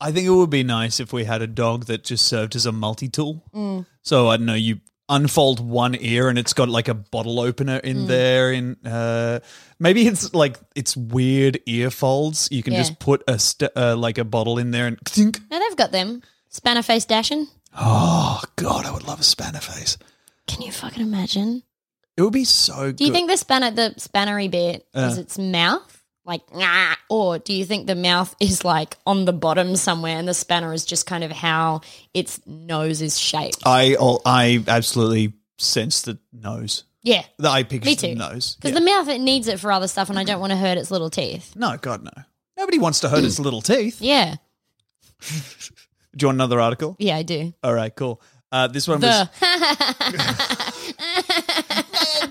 S4: I think it would be nice if we had a dog that just served as a multi tool.
S3: Mm.
S4: So I don't know, you unfold one ear and it's got like a bottle opener
S3: Mm.
S4: in there. In uh, maybe it's like it's weird ear folds. You can
S3: Yeah.
S4: just put a st- uh, like a bottle in there and think.
S3: No, they've got them. Spanner face dashing.
S4: Oh god, I would love a spanner face.
S3: Can you fucking imagine?
S4: It would be so.
S3: Do you think the spanner, the spannery bit,
S4: Uh.
S3: is its mouth? Like, nah. Or do you think the mouth is like on the bottom somewhere and the spanner is just kind of how its nose is shaped?
S4: I oh, I absolutely sense the nose.
S3: yeah.
S4: The I picture
S3: Me too.
S4: the nose.
S3: Because
S4: Yeah.
S3: the mouth, it needs it for other stuff and I don't want to hurt its little teeth.
S4: no, God no. Nobody wants to hurt its little teeth.
S3: Mm. Yeah.
S4: Do you want another article?
S3: Yeah, I do.
S4: All right, cool. Uh, this one was
S3: The.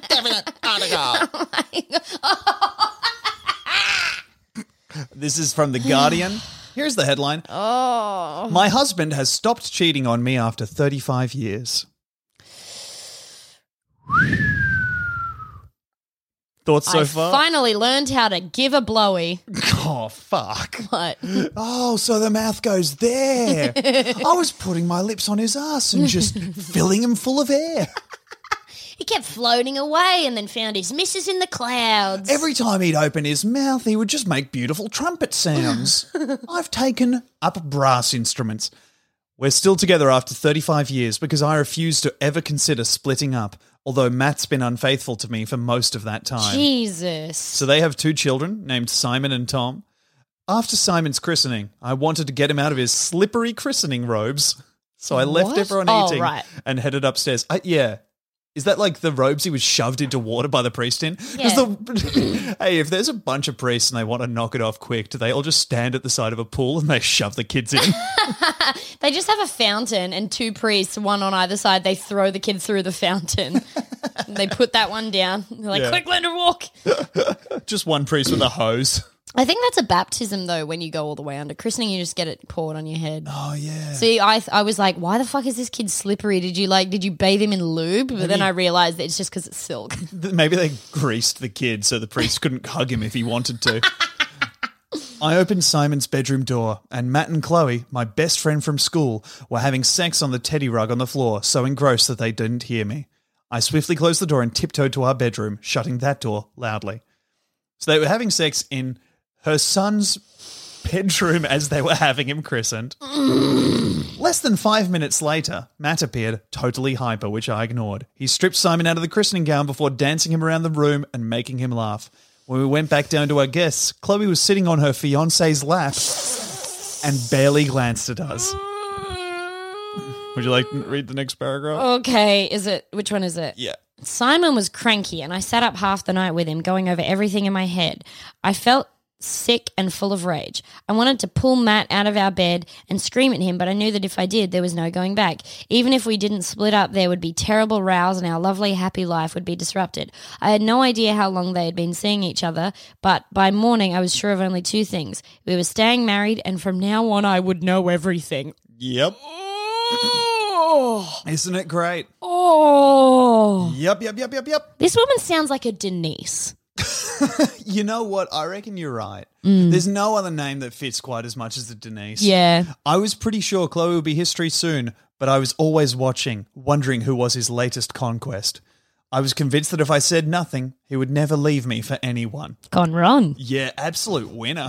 S5: Definite article.
S4: This is from The Guardian. Here's the headline. Oh. My husband has stopped cheating on me after 35 years. Thoughts so
S3: I
S4: far?
S3: finally learned how to give a blowy.
S4: oh, fuck.
S3: But
S4: Oh, so the mouth goes there. I was putting my lips on his ass and just filling him full of air.
S3: he kept floating away and then found his missus in the clouds.
S4: Every time he'd open his mouth, he would just make beautiful trumpet sounds. I've taken up brass instruments. We're still together after 35 years because I refuse to ever consider splitting up, although Matt's been unfaithful to me for most of that time.
S3: Jesus.
S4: So they have two children named Simon and Tom. After Simon's christening, I wanted to get him out of his slippery christening robes. So I left
S3: What?
S4: everyone
S3: Oh,
S4: eating
S3: right.
S4: and headed upstairs. I, Uh, yeah, Is that like the robes he was shoved into water by the priest in? Is the- hey, if there's a bunch of priests and they want to knock it off quick, do they all just stand at the side of a pool and they shove the kids in?
S3: They just have a fountain and two priests, one on either side. They throw the kid through the fountain. And they put that one down. They're like,
S4: Yeah.
S3: quick, learn to walk.
S4: just one priest with a hose.
S3: I think that's a baptism, though, when you go all the way under. Christening, you just get it poured on your head.
S4: Oh yeah.
S3: See, I, I was like, why the fuck is this kid slippery? Did you like, did you bathe him in lube? But then I realized that it's just because it's silk.
S4: Th- Maybe they greased the kid so the priest couldn't hug him if he wanted to. I opened Simon's bedroom door, and Matt and Chloe, my best friend from school, were having sex on the teddy rug on the floor, so engrossed that they didn't hear me. I swiftly closed the door and tiptoed to our bedroom, shutting that door loudly. So they were having sex in her son's bedroom as they were having him christened. Less than five minutes later, Matt appeared, totally hyper, which I ignored. He stripped Simon out of the christening gown before dancing him around the room and making him laugh. When we went back down to our guests, Chloe was sitting on her fiance's lap and barely glanced at us. Would you like to read the next paragraph?
S3: Uh, okay, is it, which one is it?
S4: Yeah.
S3: Simon was cranky, and I sat up half the night with him, going over everything in my head. I felt sick and full of rage. I wanted to pull Matt out of our bed and scream at him, but I knew that if I did, there was no going back. Even if we didn't split up, there would be terrible rows, and our lovely, happy life would be disrupted. I had no idea how long they had been seeing each other, but by morning, I was sure of only two things we were staying married, and from now on, I would know everything.
S4: Yep.
S3: Oh,
S4: Isn't it great?
S3: oh.
S4: Yep, yep, yep, yep, yep.
S3: This woman sounds like a Denise.
S4: You know what? I reckon you're right. There's no other name that fits quite as much as the Denise.
S3: Yeah.
S4: I was pretty sure Chloe would be history soon, but I was always watching, wondering who was his latest conquest. I was convinced that if I said nothing, he would never leave me for anyone.
S3: Gone wrong.
S4: Yeah, absolute winner.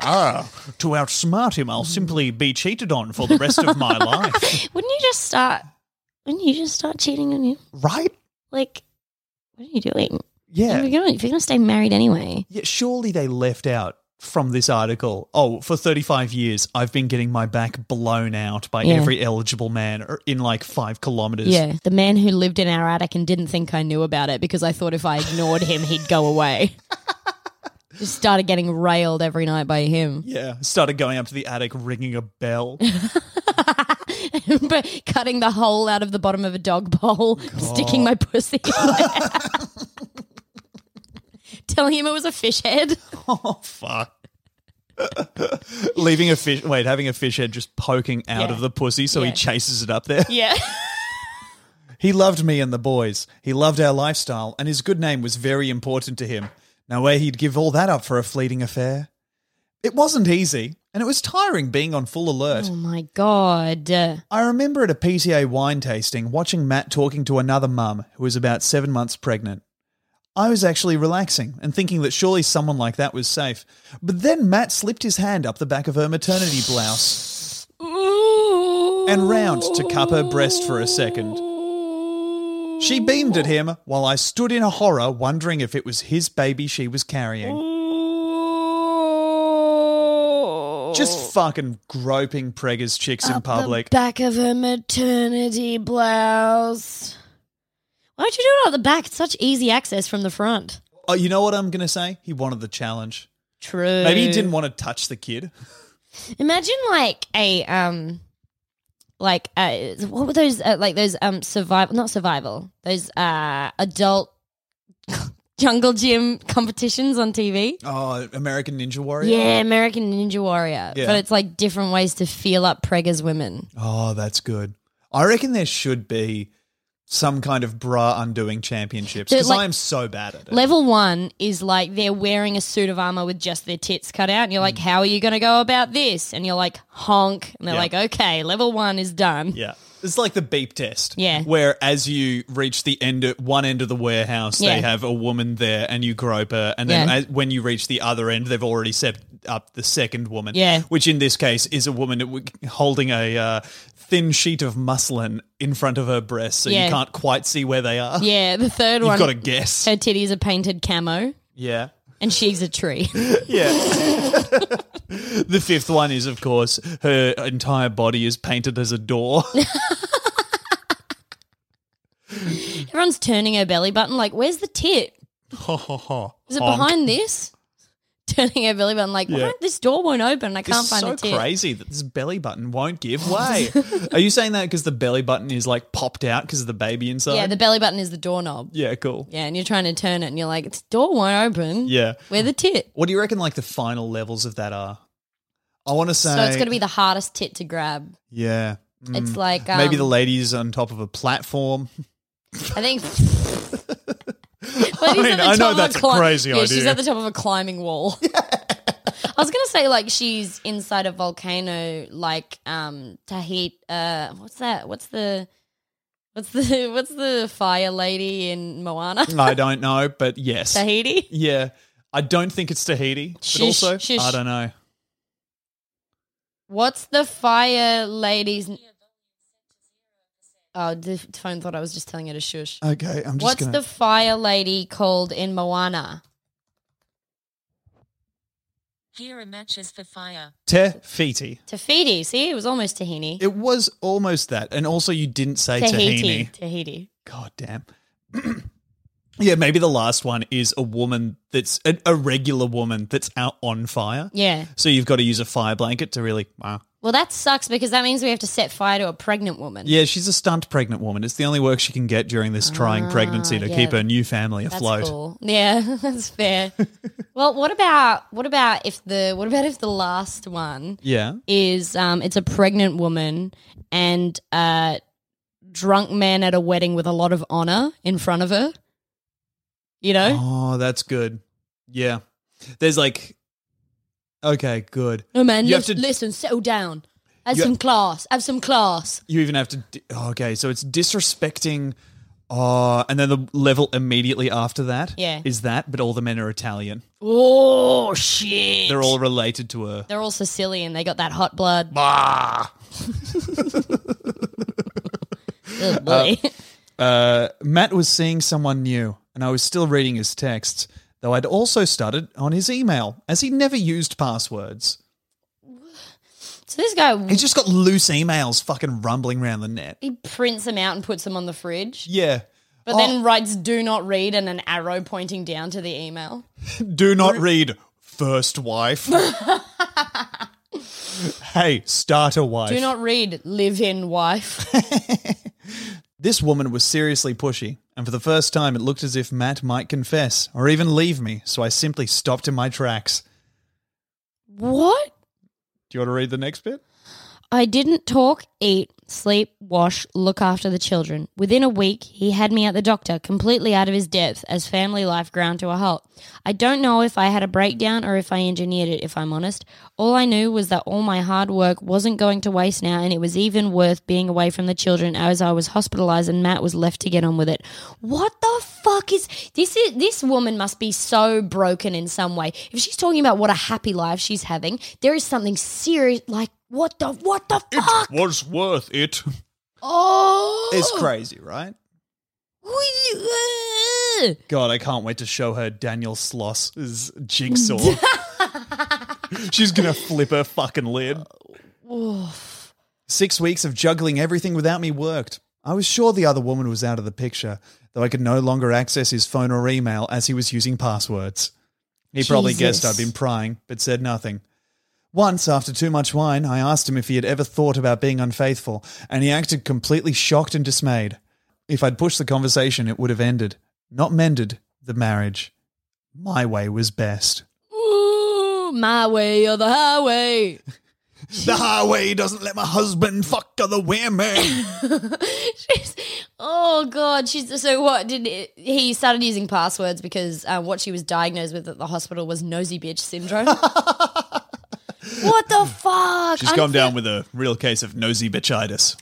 S4: ah, to outsmart him, I'll simply be cheated on for the rest of my life.
S3: Wouldn't you just start? Wouldn't you just start cheating on him?
S4: Right?
S3: Like, what are you doing? If,
S4: Yeah.
S3: you're gonna, if you're gonna stay married anyway,
S4: Yeah, surely they left out from this article. Oh, for 35 years, I've been getting my back blown out by
S3: Yeah.
S4: every eligible man or in like five kilometers.
S3: yeah. The man who lived in our attic and didn't think I knew about it because I thought if I ignored him, he'd go away. just started getting railed every night by him,
S4: Yeah, started going up to the attic, ringing a bell.
S3: but cutting the hole out of the bottom of a dog bowl, sticking my pussy. in there. Telling him it was a fish head.
S4: oh fuck! Leaving a fish. Wait, having a fish head just poking out
S3: Yeah.
S4: of the pussy, so he
S3: Yeah.
S4: chases it up there.
S3: Yeah.
S4: He loved me and the boys. He loved our lifestyle, and his good name was very important to him. No way he'd give all that up for a fleeting affair. It wasn't easy, and it was tiring being on full alert.
S3: Oh my god.
S4: I remember at a PTA wine tasting watching Matt talking to another mum who was about seven months pregnant. I was actually relaxing and thinking that surely someone like that was safe. But then Matt slipped his hand up the back of her maternity blouse and round to cup her breast for a second. She beamed at him while I stood in horror, wondering if it was his baby she was carrying. Just fucking groping preggers chicks in public.
S3: back of her maternity blouse. Why don't you do it on the back? It's such easy access from the front.
S4: Oh, you know what I'm going to say? He wanted the challenge.
S3: True.
S4: Maybe he didn't want to touch the kid.
S3: Imagine like a um, like uh, what were those uh, like those um survival not survival those uh adult jungle gym competitions on TV.
S4: Oh, American Ninja Warrior?
S3: Yeah, American Ninja Warrior.
S4: Yeah.
S3: But it's like different ways to feel up preggers women.
S4: Oh, that's good. I reckon there should be some kind of bra undoing championships
S3: They're
S4: because
S3: like-
S4: I am so bad at it.
S3: Level one is like they're wearing a suit of armor with just their tits cut out, and you're like,
S4: Mm.
S3: "How are you going to go about this?" And you're like, "Honk," and they're
S4: Yeah.
S3: like, "Okay, level one is done."
S4: yeah. It's like the beep test.
S3: Yeah.
S4: Where as you reach the end of one end of the warehouse,
S3: Yeah.
S4: they have a woman there and you grope her. And then
S3: Yeah.
S4: as, when you reach the other end, they've already set up the second woman.
S3: Yeah.
S4: Which in this case is a woman w- holding a uh, thin sheet of muslin in front of her breast. So
S3: Yeah.
S4: you can't quite see where they are.
S3: Yeah, the third
S4: You've
S3: one,
S4: got to guess.
S3: her titties are painted camo,
S4: Yeah.
S3: and she's a tree.
S4: Yeah. the fifth one is, of course, her entire body is painted as a door.
S3: Everyone's turning her belly button. Like, where's the tit?
S4: Ho, ho, ho.
S3: Is it
S4: Honk.
S3: behind this? Turning her belly button. Like,
S4: Yeah.
S3: why this door won't open? I
S4: This
S3: can't
S4: is
S3: find
S4: so
S3: the tit.
S4: crazy that this belly button won't give way. Are you saying that because the belly button is like popped out because of the baby inside?
S3: Yeah, the belly button is the doorknob.
S4: yeah, cool.
S3: Yeah, and you're trying to turn it, and you're like, it's door won't open.
S4: Yeah.
S3: where the tit.
S4: What do you reckon like the final levels of that are? I want to say
S3: So it's going to be the hardest tit to grab.
S4: Yeah. Mm.
S3: It's like um,
S4: Maybe the lady's on top of a platform.
S3: I think. Lady's
S4: mean,
S3: at the
S4: I know
S3: top of
S4: that's a
S3: cli-
S4: crazy
S3: yeah, She's
S4: idea.
S3: at the top of a climbing wall. I was gonna say like she's inside a volcano, like um Tahit. Uh, what's that? What's the what's the what's the fire lady in Moana?
S4: I don't know, but yes.
S3: Tahiti.
S4: Yeah. I don't think it's Tahiti, but
S3: Shush,
S4: also
S3: shush.
S4: I don't know.
S3: What's the fire lady's? n- Oh, the f- phone thought I was just telling her to shush.
S4: Okay, I'm just
S3: What's the fire lady called in Moana?
S6: Here matches the fire.
S4: Tefiti.
S3: Tafiti. See, it was almost Tahini.
S4: It was almost that, and also you didn't say
S3: Tahiti.
S4: tahini.
S3: Tahiti.
S4: God damn. yeah, maybe the last one is a woman that's an, a regular woman that's out on fire.
S3: Yeah.
S4: So you've got to use a fire blanket to really. ah. Wow.
S3: Well, that sucks because that means we have to set fire to a pregnant woman.
S4: Yeah, she's a stunt pregnant woman. It's the only work she can get during this trying pregnancy to
S3: Ah, yeah.
S4: keep her new family
S3: that's
S4: afloat.
S3: cool. Yeah, that's fair. well, what about what about if the what about if the last one
S4: Yeah.
S3: is um it's a pregnant woman and a drunk man at a wedding with a lot of honor in front of her? You know,
S4: Oh, that's good. Yeah. There's like. Okay, good.
S3: no man,
S4: you have
S3: listen,
S4: to-
S3: listen, settle down. Have
S4: You-
S3: some class. Have some class.
S4: You even have to. Di- oh, okay, so it's disrespecting. Oh, and then the level immediately after that
S3: Yeah.
S4: is that, but all the men are Italian.
S3: Oh shit!
S4: They're all related to her.
S3: They're all Sicilian. They got that hot blood.
S4: Ah.
S3: Ugh, boy.
S4: Uh, Matt was seeing someone new, and I was still reading his texts, though I'd also started on his email, as he never used passwords.
S3: so this guy
S4: He's just got loose emails fucking rumbling around the net.
S3: He prints them out and puts them on the fridge,
S4: Yeah.
S3: but then writes "Do not read" and an arrow pointing down to the email.
S4: Do not read first wife. hey, starter wife.
S3: Do not read "Live-in wife."
S4: This woman was seriously pushy, and for the first time it looked as if Matt might confess or even leave me, so I simply stopped in my tracks.
S3: what?
S4: Do you want to read the next bit?
S3: I didn't talk, eat, sleep, wash, look after the children. Within a week, he had me at the doctor, completely out of his depth as family life ground to a halt. I don't know if I had a breakdown or if I engineered it, if I'm honest. All I knew was that all my hard work wasn't going to waste now, and it was even worth being away from the children as I was hospitalized and Matt was left to get on with it. What the fuck is this? Is this woman must be so broken in some way. If she's talking about what a happy life she's having, there is something serious like. What the what the fuck?
S4: was worth it.
S3: oh,
S4: It's crazy, right? God, I can't wait to show her Daniel Sloss's jigsaw. She's gonna flip her fucking lid. Six weeks of juggling everything without me worked. I was sure the other woman was out of the picture, though I could no longer access his phone or email as he was using passwords. He probably guessed I'd
S3: Jesus.
S4: been prying, but said nothing. Once, after too much wine, I asked him if he had ever thought about being unfaithful, and he acted completely shocked and dismayed. If I'd pushed the conversation, it would have ended, not mended, the marriage. My way was best.
S3: Ooh, my way or the highway.
S4: The highway doesn't let my husband fuck other women.
S3: She's, oh god, she's so what? Did it, he started using passwords because uh, what she was diagnosed with at the hospital was nosy bitch syndrome. what the fuck?
S4: She's
S3: I'm
S4: come
S3: feel-
S4: down with a real case of nosy bitchitis.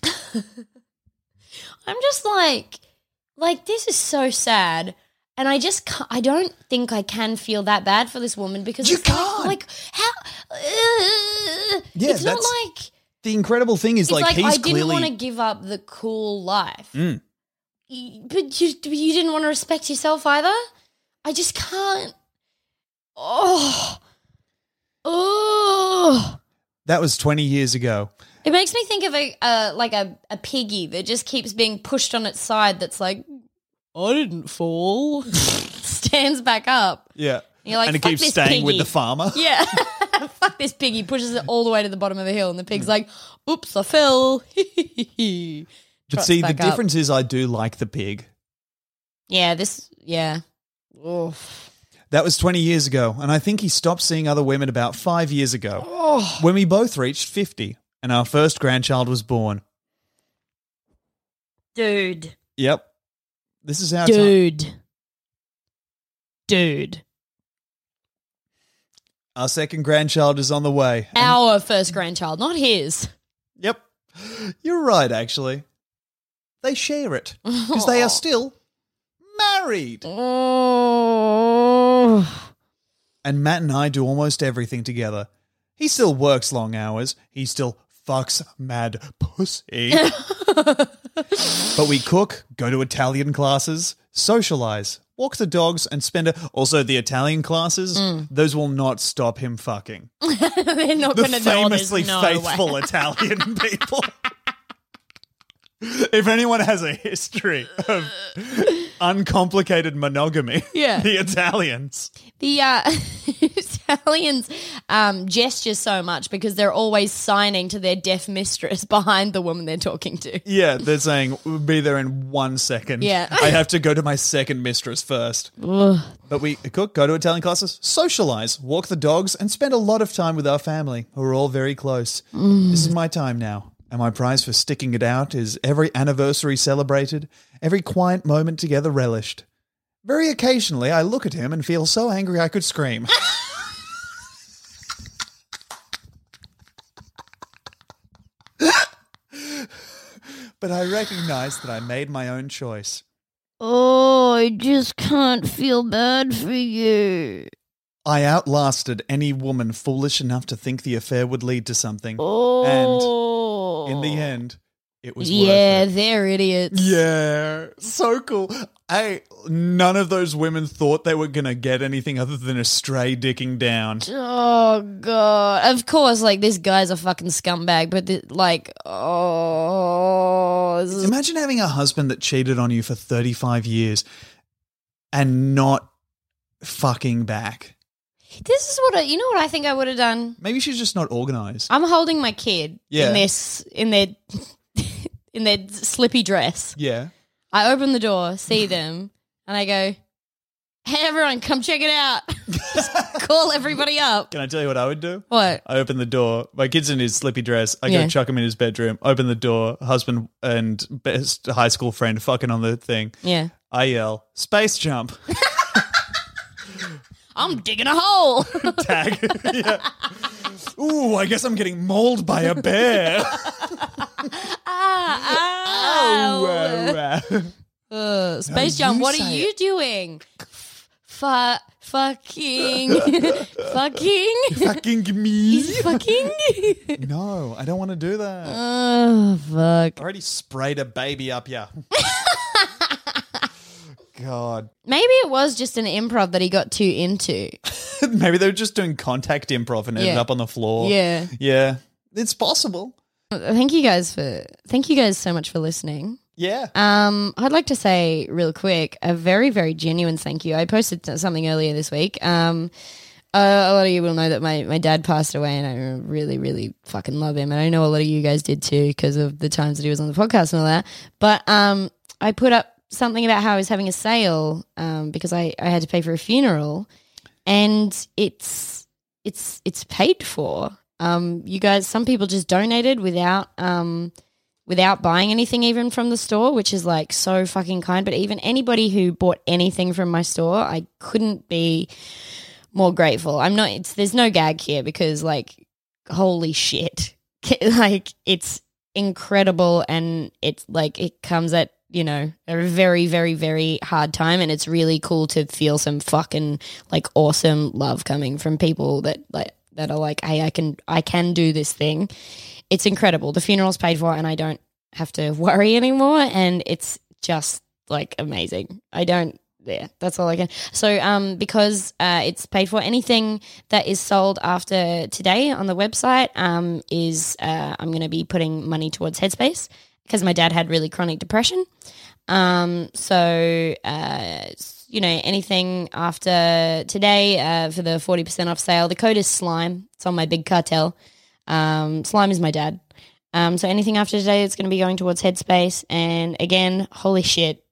S3: I'm just like, like this is so sad. And I just, ca I don't think I can feel that bad for this woman because
S4: You
S3: it's like-
S4: can't.
S3: Like, how? uh,
S4: Yeah,
S3: it's not
S4: that's-
S3: like
S4: The incredible thing is,
S3: it's
S4: like,
S3: like, I
S4: he's
S3: didn't want to
S4: clearly.
S3: give up the cool life,
S4: Mm.
S3: Y- but you you didn't want to respect yourself either. I just can't. Oh, oh.
S4: That was 20 years ago.
S3: It makes me think of a uh, like a, a piggy that just keeps being pushed on its side. That's like, I didn't fall. Stands back up.
S4: Yeah.
S3: You're like,
S4: and it
S3: "Fuck
S4: keeps
S3: this
S4: staying with
S3: piggy."
S4: the farmer.
S3: Yeah. Fuck this piggy. Pushes it all the way to the bottom of the hill, and the
S4: Mm.
S3: pig's like, "Oops, I fell."
S4: But
S3: Trots
S4: see, the
S3: back up.
S4: difference is I do like the pig.
S3: Yeah. This. Yeah. Oof.
S4: That was 20 years ago, and I think he stopped seeing other women about five years ago
S3: Oh.
S4: when we both reached 50 and our first grandchild was born.
S7: Dude.
S4: Yep. This is our time.
S7: Dude. Dude.
S4: Our second grandchild is on the way.
S3: Our first grandchild, not his.
S4: Yep. You're right, actually. They share it because they are still married.
S3: Oh.
S4: And Matt and I do almost everything together. He still works long hours. He still fucks mad pussy. but we cook, go to Italian classes, socialize, walk the dogs, and spend. A- also, the Italian classes,
S3: Mm.
S4: those will not stop him fucking.
S3: They're not
S4: the
S3: going to know. There's
S4: famously
S3: no
S4: faithful
S3: way.
S4: Italian people. if anyone has a history of uncomplicated monogamy,
S3: Yeah.
S4: the Italians.
S3: The uh, Italians um, gesture so much because they're always signing to their deaf mistress behind the woman they're talking to.
S4: Yeah, they're saying we'll be there in one second.
S3: Yeah.
S4: I have to go to my second mistress first. but we cook, go to Italian classes, socialize, walk the dogs, and spend a lot of time with our family, who are all very close. This is my time now. And my prize for sticking it out is every anniversary celebrated, every quiet moment together relished. Very occasionally, I look at him and feel so angry I could scream. but I recognize that I made my own choice.
S8: Oh, I just can't feel bad for you.
S4: I outlasted any woman foolish enough to think the affair would lead to something.
S8: Oh.
S4: And in the end, it was
S3: Yeah,
S4: worth it.
S3: they're idiots.
S4: Yeah. So cool. I none of those women thought they were gonna get anything other than a stray dicking down.
S3: Oh god. Of course, like this guy's a fucking scumbag, but the, like, oh, this is-
S4: Imagine having a husband that cheated on you for 35 years and not fucking back.
S3: this is what I, you know what I think I would have done.
S4: Maybe she's just not organized.
S3: I'm holding my kid
S4: Yeah.
S3: in this in their in their slippy dress.
S4: Yeah.
S3: I open the door, see them, and I go, "Hey, everyone, come check it out." Call everybody up.
S4: Can I tell you what I would do?
S3: What?
S4: I open the door. My kid's in his slippy dress. I
S3: Yeah.
S4: go chuck him in his bedroom. Open the door. Husband and best high school friend fucking on the thing.
S3: Yeah.
S4: I yell, space jump.
S3: I'm digging a hole.
S4: Tag. yeah. Ooh, I guess I'm getting mauled by a bear. Oh,
S3: Ah.
S1: Oh,
S3: Ow.
S4: Wow, wow.
S3: Uh, Space
S4: No,
S3: Jam,
S4: you
S3: what are
S4: say
S3: you doing? Fu- fucking. fucking.
S4: Fucking me.
S3: fucking.
S4: No, I don't want to do that.
S3: oh, fuck.
S4: I already sprayed a baby up here. God.
S3: Maybe it was just an improv that he got too into.
S4: Maybe they were just doing contact improv and ended
S3: Yeah.
S4: up on the floor.
S3: Yeah.
S4: Yeah. It's possible.
S3: Thank you guys for. Thank you guys so much for listening.
S4: Yeah.
S3: Um, I'd like to say real quick a very, very genuine thank you. I posted t- something earlier this week. Um, uh, a lot of you will know that my, my dad passed away, and I really, really fucking love him. And I know a lot of you guys did too because of the times that he was on the podcast and all that. But um, I put up something about how I was having a sale um, because I, I had to pay for a funeral, and it's it's it's paid for. Um, you guys, some people just donated without um, without buying anything even from the store, which is like so fucking kind. But even anybody who bought anything from my store, I couldn't be more grateful. I'm not it's there's no gag here because like holy shit. like it's incredible and it's like it comes at, you know, a very very very hard time and it's really cool to feel some fucking like awesome love coming from people that like that are like, "Hey, I can I can do this thing." it's incredible. The funeral's paid for, and I don't have to worry anymore. And it's just like amazing. I don't yeah, that's all I can. So, um, because uh, it's paid for, anything that is sold after today on the website um, is uh, I'm going to be putting money towards Headspace because my dad had really chronic depression. Um, so, uh, s- you know, anything after today uh, for the 40% off sale, the code is slime. It's on my big cartel. Um, slime is my dad. Um, so anything after today, it's going to be going towards Headspace. And again, holy shit,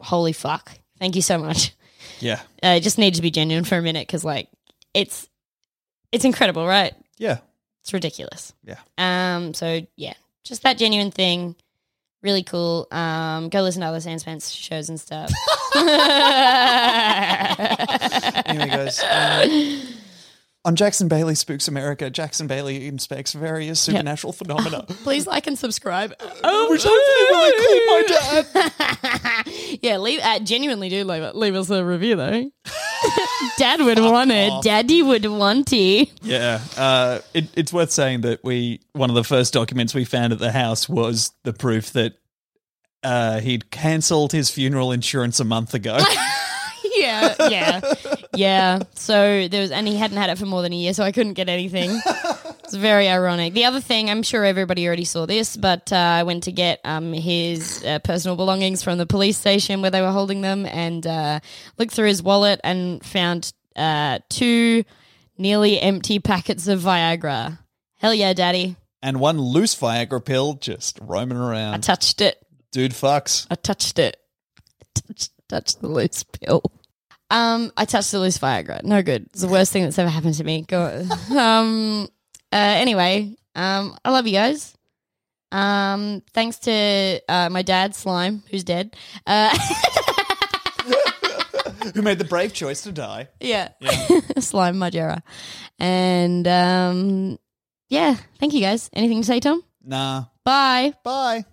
S3: holy fuck, thank you so much.
S4: Yeah.
S3: Uh, I just need to be genuine for a minute because, like, it's it's incredible, right?
S4: Yeah.
S3: It's ridiculous.
S4: Yeah.
S3: Um. So yeah, just that genuine thing, really cool. Um. Go listen to other Sandspans shows and stuff.
S4: Anyway, guys. um, on Jackson Bailey Spooks America, Jackson Bailey inspects various supernatural phenomena.
S3: Please like and subscribe.
S4: Which hopefully will include my dad.
S3: yeah, leave. Uh, genuinely, do leave leave us a review though. Dad would want it. Daddy would want it.
S4: Yeah, uh, it, it's worth saying that we one of the first documents we found at the house was the proof that uh, he'd cancelled his funeral insurance a month ago.
S3: yeah, yeah, yeah. So there was, and he hadn't had it for more than a year, so I couldn't get anything. It's very ironic. The other thing, I'm sure everybody already saw this, but uh, I went to get um, his uh, personal belongings from the police station where they were holding them, and uh, looked through his wallet and found uh, two nearly empty packets of Viagra. Hell yeah, daddy!
S4: and one loose Viagra pill just roaming
S3: I
S4: around.
S3: touched it.
S4: Dude fucks.
S3: I touched it. Touched, touched the loose pill. Um, I touched the loose Viagra. No good. It's the worst thing that's ever happened to me. Go. um. Uh. Anyway. Um. I love you guys. Um. Thanks to uh, my dad, Slime, who's dead. Uh.
S4: Who made the brave choice to die?
S3: yeah. slime, my Jera. And um. Yeah. Thank you guys. Anything to say, Tom?
S4: Nah.
S3: Bye.
S4: Bye.